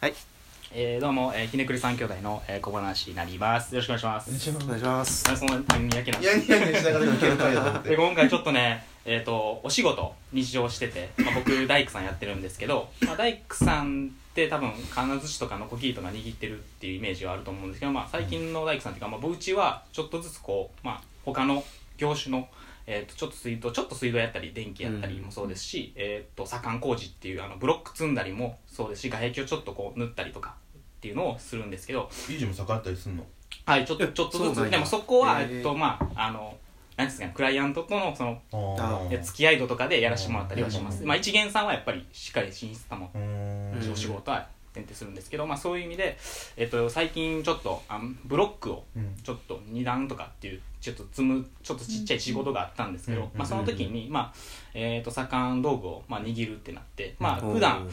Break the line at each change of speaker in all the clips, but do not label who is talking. はい
えー、どうも、えー、ひねくり三兄弟の、えー、小話になります。よろしくお願いします。
お願いします
なんでそんなにやけない
やいやいやしながらいける回だと思っ
で
て
今回ちょっとね、えー、とお仕事日常してて、まあ、僕大工さんやってるんですけど、まあ、大工さんって多分金槌とかノコギリとか握ってるっていうイメージはあると思うんですけど、まあ、最近の大工さんっていうか、まあ、僕うちはちょっとずつこう、まあ、他の業種の、えー、とちょっと水道ちょっと水道やったり電気やったりもそうですし、えー、と左官工事っていうあのブロック積んだりもそうですし外壁をちょっとこう塗ったりとかっていうのをするんですけど、
ビジも下がったりすんの
はい、ちょっとちょっと
そうな
ず
んや
つでもそこは、
へー
えっとまああのなんですかねクライアントとのその
あ
え付き合い度とかでやらせてもらったりはします、
うん
まあ、一元さんはやっぱりしっかり進出保っ
うーん
てお仕事は選定するんですけど、まあ、そういう意味で、えっと、最近ちょっとあのブロックを
うん
ちょっと2段とかっていうちょっと積むちょっとちっちゃい仕事があったんですけど、
うん
まあ、その時に、まあえっと左官道具を、まあ、握るってなって、 まあ、
おー
普段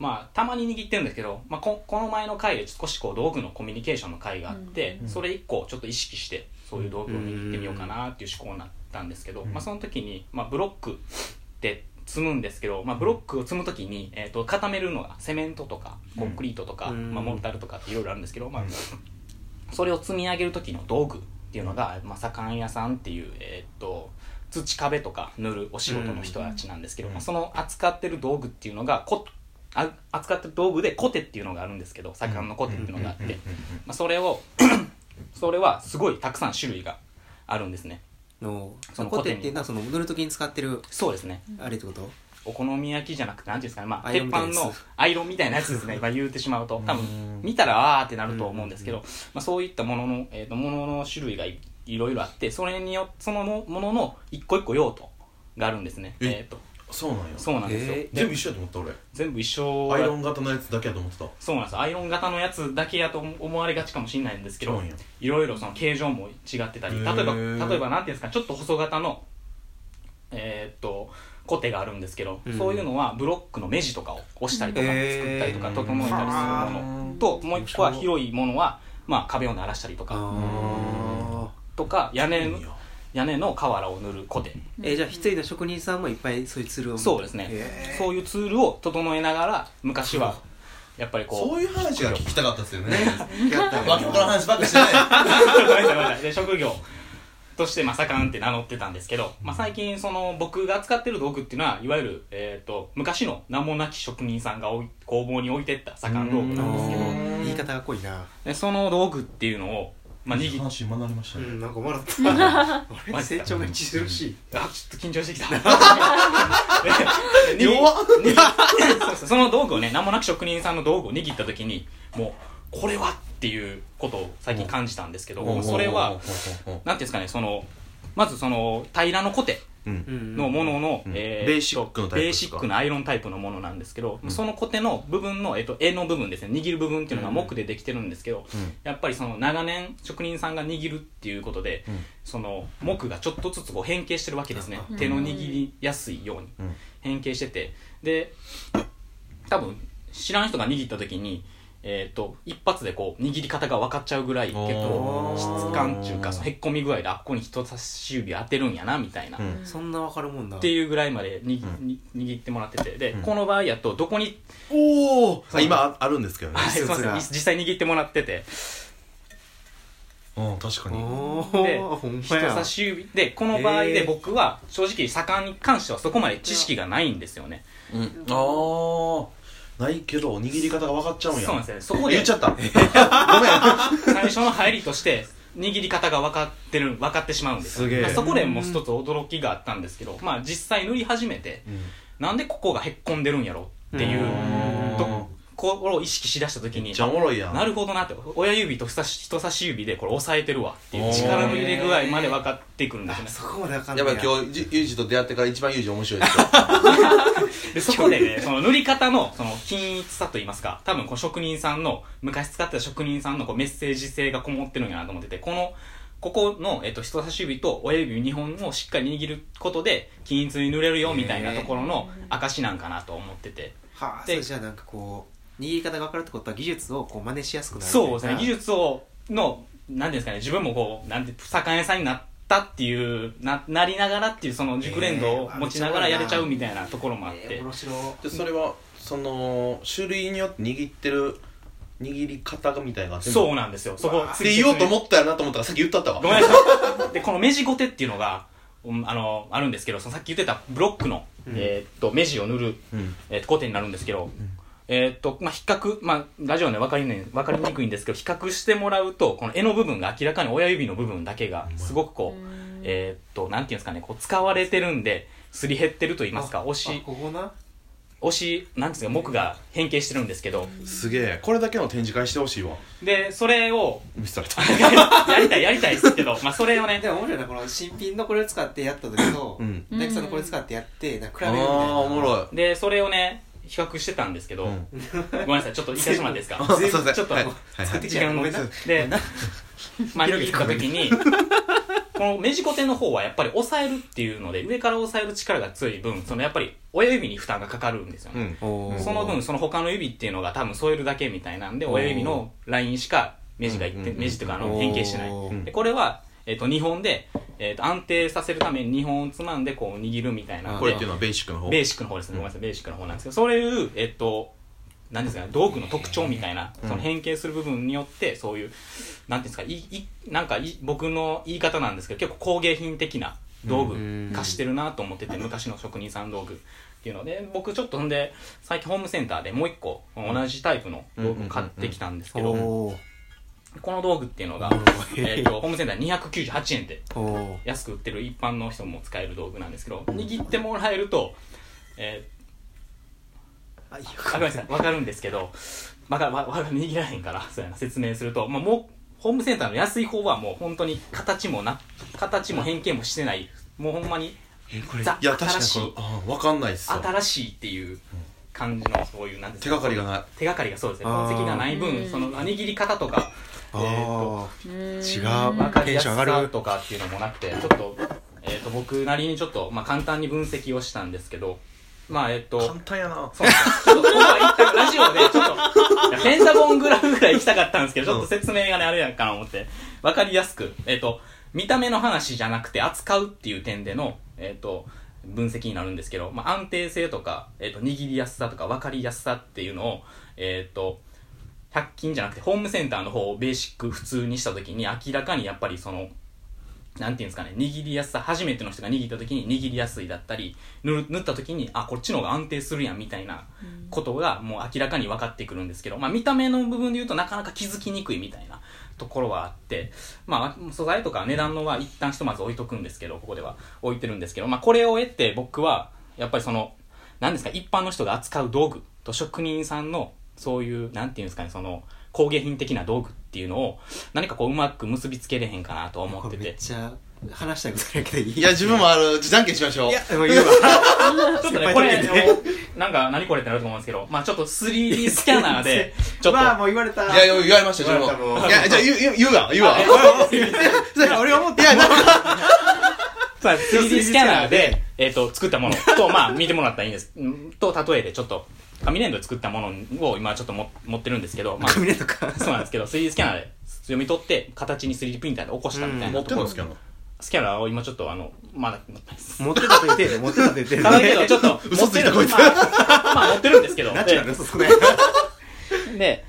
まあ、たまに握ってるんですけど、まあ、ここの前の回で少しこう道具のコミュニケーションの回があって、
うん
それ以降ちょっと意識してそういう道具を握ってみようかなっていう思考になったんですけど、
うん
まあ、その時に、まあ、ブロックで積むんですけど、まあ、ブロックを積む時に、えー、と固めるのがセメントとかコンクリートとか、
うん
まあ、モルタルとかっていろいろあるんですけど、まあ
うん、
それを積み上げる時の道具っていうのが、まあ、左官屋さんっていう、えーっと土壁とか塗るお仕事の人たちなんですけど、
うん
まあ、その扱ってる道具っていうのがこあ扱ってる道具でコテっていうのがあるんですけど左官のコテっていうのがあって、
うんうんうん
まあ、それを それはすごいたくさん種類があるんですね
のそ
そ
の
の
コ
コ
テ
テ
っていうのはその塗る時に使ってる
そうですね
あれってこと
お好み焼きじゃなくて何ていうんですかね、まあ、
アイロンみ
鉄
たい
板
なやつ
のアイロンみたいなやつですね今言うてしまうと多
う
分
ん
見たらあーってなると思うんですけど、まあ、そういったものの,、えー、とものの種類がいいろいろあってそれによそのもものの一個一個用途があるんですね
え
えっ、と
そうなんや
そうなんですよ、
え
全部
で
一緒やと思った俺
全部一緒
アイロ
ン
ン型のやつだけやと思ってた
そうなんですアイロン型のやつだけやと思思われがちかもしれないんですけ
違う
ど
んや
いろいろその形状も違ってたり例
へ
えば
ー
例えばなんていうんですかちょっと細型のえーっとコテがあるんですけど、
うん
そういうのはブロックの目地とかを押したりとか
へ
作
ー
ったりとか
うん
整えたりするものともう一個は広いものは、まあ、壁を鳴らしたりとか
あ
とか屋根の
いいよ
屋根の瓦を塗るコテ
ーえじゃあ一人の職人さんもいっぱいそういうツールを
そうですね、
へ
そういうツールを整えながら昔はやっぱりこう
そういう話が聞きたかったですよ ね
ーやった
わけわからん話ばっかりし てね
ごめんなさいごめんなさいで職業としてまさかんって名乗ってたんですけど、まあ、最近その僕が使ってる道具っていうのはいわゆる、えー、と昔の名もなき職人さんがおい工房に置いてった左官道具
あ
なんですけど
ー言い方が濃いな
でその道具っていうのを、まあ、
いい
握っ
話今なりました
う
ね
んなんか笑 った
マジ
成
か
長が著しい
あちょっと緊張してきたで握握
弱っ
そうそうその道具をね名もなき職人さんの道具を握った時にもうこれはっていうことを最近感じたんですけど、それはなんていうんですかねそのまずその平らのコテ
うん
のものの、
うん
え
ベーシックのタイプ
ベ
で
ー
す
シ
か
ックなアイロンタイプのものなんですけど、
うん
そのコテの部分の、えっと、柄の部分ですね握る部分っていうのが
うん
木でできてるんですけど、
うん
やっぱりその長年職人さんが握るっていうことで、
うん
その木がちょっとずつこう変形してるわけですね、
うん
手の握りやすいように
うん
変形しててで多分知らん人が握った時に、えっと一発でこう握り方が分かっちゃうぐらい結構
おー
質感っていうかそのへっこみ具合であここに人差し指当てるんやなみたいな。
うん
そんなわかるもんな
っていうぐらいまでに、
う
に握ってもらっててで、
うん
この場合やとどこに、
おお今ああるんですけどね
はい
施
すい
設
ません
が
実際握ってもらってて
うん確かに
お
で
ーほんま
人
や
差し指でこの場合
へ
で
ー
僕は正直盛んに関してはそこまで知識がないんですよ ね、
うんああないけど握り方が分かっちゃうんや
そうなんですよねそこで
言 っちゃった
最初の入りとして握り方が分かってる分かってしまうんですよ
すげえ
まあそこでもう一つ驚きがあったんですけど、まあ、実際塗り始めてなんでここがへっこんでるんやろっていう
うん
ところを意識しだした時
め
に
っちゃおもろいやん
な
る
るほどなって親指と人差し人差し指でこれ押さえてるわっていう力の入れ具合まで分かってくるんです
あ
よね
そこまでわかんな
や
い
ばい今日じゆうじと出会ってから一番ゆうじ面白いですよ
でそこでねその塗り方のその均一さといいますか多分こう職人さんの昔使ってた職人さんのこうメッセージ性がこもってるんやなと思っててこのここの、えっと、人差し指と親指2本をしっかり握ることで均一に塗れるよみたいなところの証なんかなと思ってて
はあそ
で
れじゃあなんかこう握り方が分かるってことは技術をこう真似しやすくなる
そうですね技
術
術をの何ですかね自分もこうなんて魚屋さんになったっていうななりながらっていうその熟練度を持ちながらやれちゃうみたいなところもあって、
面白い
でそれはその種類によって握ってる握り方がみたいなのが全部
そうなんですよそこ
って言おうと思ったやなと思ったからさっき言ったったわ
ごめんなさい。で、この目地ゴテっていうのが、うんあの、あるんですけど、そのさっき言ってたブロックの、えーっと、目地を塗る、
うん
えーっと、コテになるんですけど、えーっと、まあ、比較、まあ、ラジオね、わかりね、わかりにくいんですけど、比較してもらうと、この絵の部分が明らかに親指の部分だけが、すごくこう、えーっと、なんていうんですかね、こう、使われてるんで、すり減ってると言いますか、押
あ
し、
ここな
押し、なんていうんですか、木が変形してるんですけど、
すげえこれだけの展示会してほしいわ
で、それを、
見せられた
やりたい、やりたいですけど、まあ、それをね
で、も面白いなこの新品のこれを使ってやった時と
うん
大吉さんのこれ使ってやってなんか
あ
比べるみたいな
あおもろい
で、それをね、比較してたんですけど、
うん。
ごめんなさい、ちょっと行かせてもらっていいですか
すいません
ちょっと、
はいはい
作ってき
時
たらご
間の
めんな
で、 まあ、行った時に、このメジコテの方はやっぱり押さえるっていうので、上から押さえる力が強い分、そのやっぱり親指に負担がかかるんですよ
う
ね。
ん
おー
その分、その他の指っていうのが多分添えるだけみたいなんで、
おー
親指のラインしか目地がいって、
うん
目地というかあの変形してない。
お
うん
ー
でこれは、えっ、と、2本で、えっ、と、安定させるために2本をつまんでこう握るみたいな。
これっていうのはベーシックの方
ベーシックの方ですね、ごめんなさい、ベーシックの方なんですけど、そういう、えっと、なんですかね、道具の特徴みたいな、その変形する部分によって、そういう、なんていうんですか、いいなんかい僕の言い方なんですけど、結構工芸品的な道具化してるなと思ってて、昔の職人さん道具っていうので、僕ちょっとほんで、最近ホームセンターでもう一個、同じタイプの道具を買ってきたんですけど、
おー
この道具っていうのが、えっと、ホームセンターで298円で
おー
安く売ってる一般の人も使える道具なんですけど握ってもらえると、え
あいいよ
ー、あごめんなさい分かるんですけどまだわわ握らへんからそうやな説明すると、まあ、もうホームセンターの安い方はもう本当に形もな形も変形もしてないもうほんまに
えこれい
ザ
や確か
新
に
しい
これあ分かんないっすわ
新しいっていう感じのそういうなんです
手がかりがない
手がかりがそうですね
あー
痕跡がない分その握り方とかえー
あ
と
違
ー違
分
う
かりやす
テンション上が
さ
る
とかっていうのもなくてちょっと,、えー、と僕なりにちょっと、まあ、簡単に分析をしたんですけどまあえっ、と
簡単やな
そうちょっと僕は一旦ラジオでちょっといや、ペンタゴングラフぐらい行きたかったんですけど、ちょっと説明がね、あれやんかな思って、わかりやすく、えっ、と、見た目の話じゃなくて扱うっていう点での、えっ、と、分析になるんですけど、まあ、安定性とか、えっ、と、握りやすさとか分かりやすさっていうのを、えっ、と、100均じゃなくて、ホームセンターの方をベーシック普通にした時に、明らかにやっぱりその、なんていうんですかね、握りやすさ、初めての人が握った時に握りやすいだったり、塗る塗った時に、あ、こっちの方が安定するやんみたいなことがもう明らかに分かってくるんですけど、まあ見た目の部分で言うとなかなか気づきにくいみたいなところはあって、まあ素材とか値段のは一旦ひとまず置いとくんですけど、ここでは置いてるんですけど、まあこれを得て僕は、やっぱりその、なんですか、一般の人が扱う道具と職人さんの、そういう、なんていうんですかね、その、工芸品的な道具っていうのを、何かこううまく結びつけれへんかなと思っ て
め
て
っ。ちゃ話したいことだけでいい
いや自分もあるじゃんけんしましょう
いやもう言うわ
ちょっ
先
とね、
輩
これ、
だけど
あのなんか、何これってなると思うんですけど、まあちょっと 3D スキャナーで、ちょっと、
まあもう言われた
いやいや言われました
言
自
われた
分
も
も
う
いやじゃあ言う言う言うわ言うわ
いや 俺は思った
いやなんか
まあ 3D スキャナーで、えっ、と、作ったものと、まあ見てもらったらいいんです。うんと、例えでちょっと、紙粘土で作ったものを今ちょっとも持ってるんですけど、まあ、
髪の毛とか
そうなんですけど、3D スキャナーで読み取って、形に 3D プリンターで起こしたみたい
持
な
っ
とこ
てる
ろ、
んですけど
スキャナーを今ちょっとあの、まだ持ってないで す。
持ってたと言ってる持ってたと言って る
ただけど、ちょっと、
嘘ついたこいつ
持ってるまあ、まあ持ってるんですけ ど、
ナチュラル嘘 つくね
で、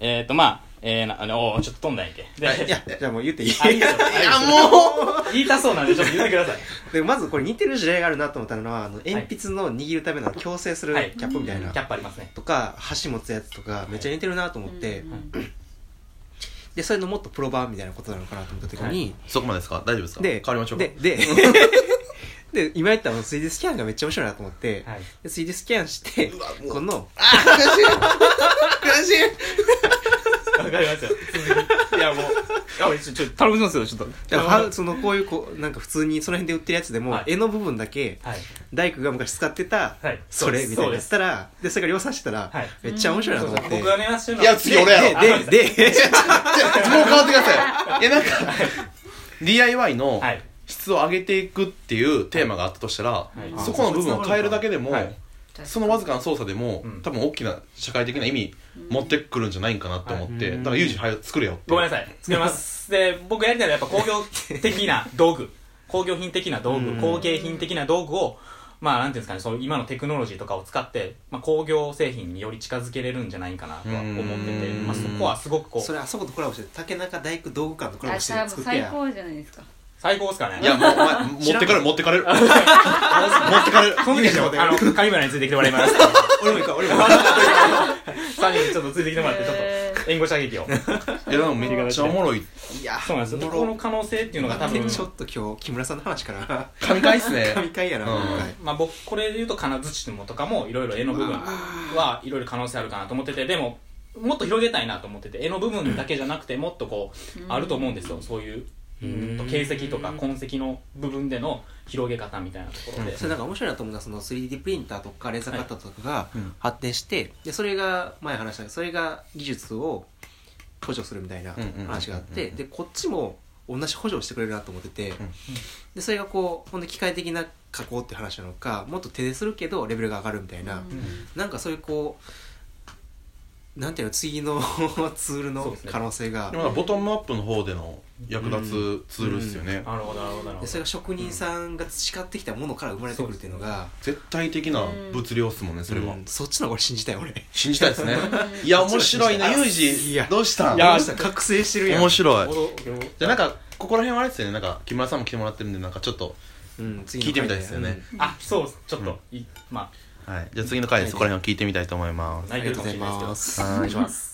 えっ、と、まあ、えー、なあの、おーちょっと飛んだんやけ。で、
いやじゃあもう言っていい
あいいですよ
いやもう
言いたそうなんで、ちょっと言ってください。
でまずこれ似てる事例があるなと思ったのはあの鉛筆の握るための矯正する
はい
キャップみたいな
キャップありますね。
とか箸持つやつとかめっちゃ似てるなと思ってでそれのもっとプロ版みたいなことなのかなと思った時に
そこまでですか大丈夫ですか
で
変わりましょうか
で でで今言ったの 3D スキャンがめっちゃ面白いなと思って
はい。
で 3D スキャンして
うわもう
この
あー悔しい悔しい
わか りますよ。いや、もう、あ、俺ちょ、ちょ、頼むんですよ、ちょっと。
だからはそのこういうこうなんか普通にその辺で売ってるやつでも、
はい
絵の部分だけ
はい。
大工が昔使ってた、
はい
それ
そうです
みたいなやつ
そ
したらでそれが量産してたら、
はい
めっちゃ面白いな
そ
と
う
思
そう
っ、て
僕がね、話してるの
いや次俺やろ
でで
で でで
じゃあもう変わってくださいいやなんか DIY の
はい。
質を上げていくっていうテーマがあったとしたら、
い
そこの部分を変えるだけでも、
はい
そのわずかな操作でも、
うん
多分大きな社会的な意味持ってくるんじゃないかなって思って、
はい
だからユージ早く作れよって
ごめんな さい。作ります。で、僕やりたいの はやっぱ工業的な道具。工業品的な道具、
うん
工芸品的な道具を、まあなんていうんですかねそう今のテクノロジーとかを使って、まあ、工業製品により近づけれるんじゃないかなとは思ってて、
うん
まあ、そこはすごくこ
そうれあそことコラボして竹中大工道具館とコラ
あ
ボして
多
作
分
って
最
や
高じゃないですか
最高ですかね
いやもうお前
知
持
らん
ってかれる持ってか れる持ってかれる
その時はねあのカリブラについてきてもらいます
俺も行こう俺も
3人ちょっとついてきてもらってちょっ
へ
と援護射撃を
いやでもめっちゃおもろい
いや
そうなんですよ
おも
この
ろ
可能性っていうのが多分
ちょっと今日木村さんの話から
神回っすね
神回やな
うん
今回
まあ、僕これで言うと金槌とかもいろいろ絵の部分はいろいろ可能性あるかなと思っててでももっと広げたいなと思ってて絵の部分だけじゃなくてもっとこうあると思うんですよそういううんと形跡とか痕跡の部分での広げ方みたいなところで
それなんか面白いなと思うのはその 3D プリンターとかレーザーカッターとかが
いうん
発展して、でそれが前話したそれが技術を補助するみたいな
うんうんうんうん
話があってでこっちも同じ補助をしてくれるなと思ってて、でそれがこうほんで機械的な加工っていう話なのかもっと手でするけどレベルが上がるみたいな、
うん
なんかそういうこうなんていうの次の ツール
そう
の
ですね
可能性が
でもボトムアップの方での役立つツールっすよね
なるほどなるほどなる
で
ほ
それが職人さんが培ってきたものから生まれてくるっていうのが
絶対的な物量っすもんねそれは
うんそっちの方が俺信じたい俺
信じたいですねいや面白いなユー
い
ジ
や
どうしたん
いや
どうした覚醒してるやん
面白い
ど驚驚
じゃあなんかここら辺はあれですよねなんか木村さんも来てもらってるんでなんかちょっと
うん、
聞いてみたいですよね、
あそうですちょっと、
う
いま
はいじゃあ次の回でそこら辺を聞いてみたいと思いま
あ
す
な
あ
い
り
け
が
ど
とう
か
ご
も
ざ
し
います
れないですけど
はい
お願いします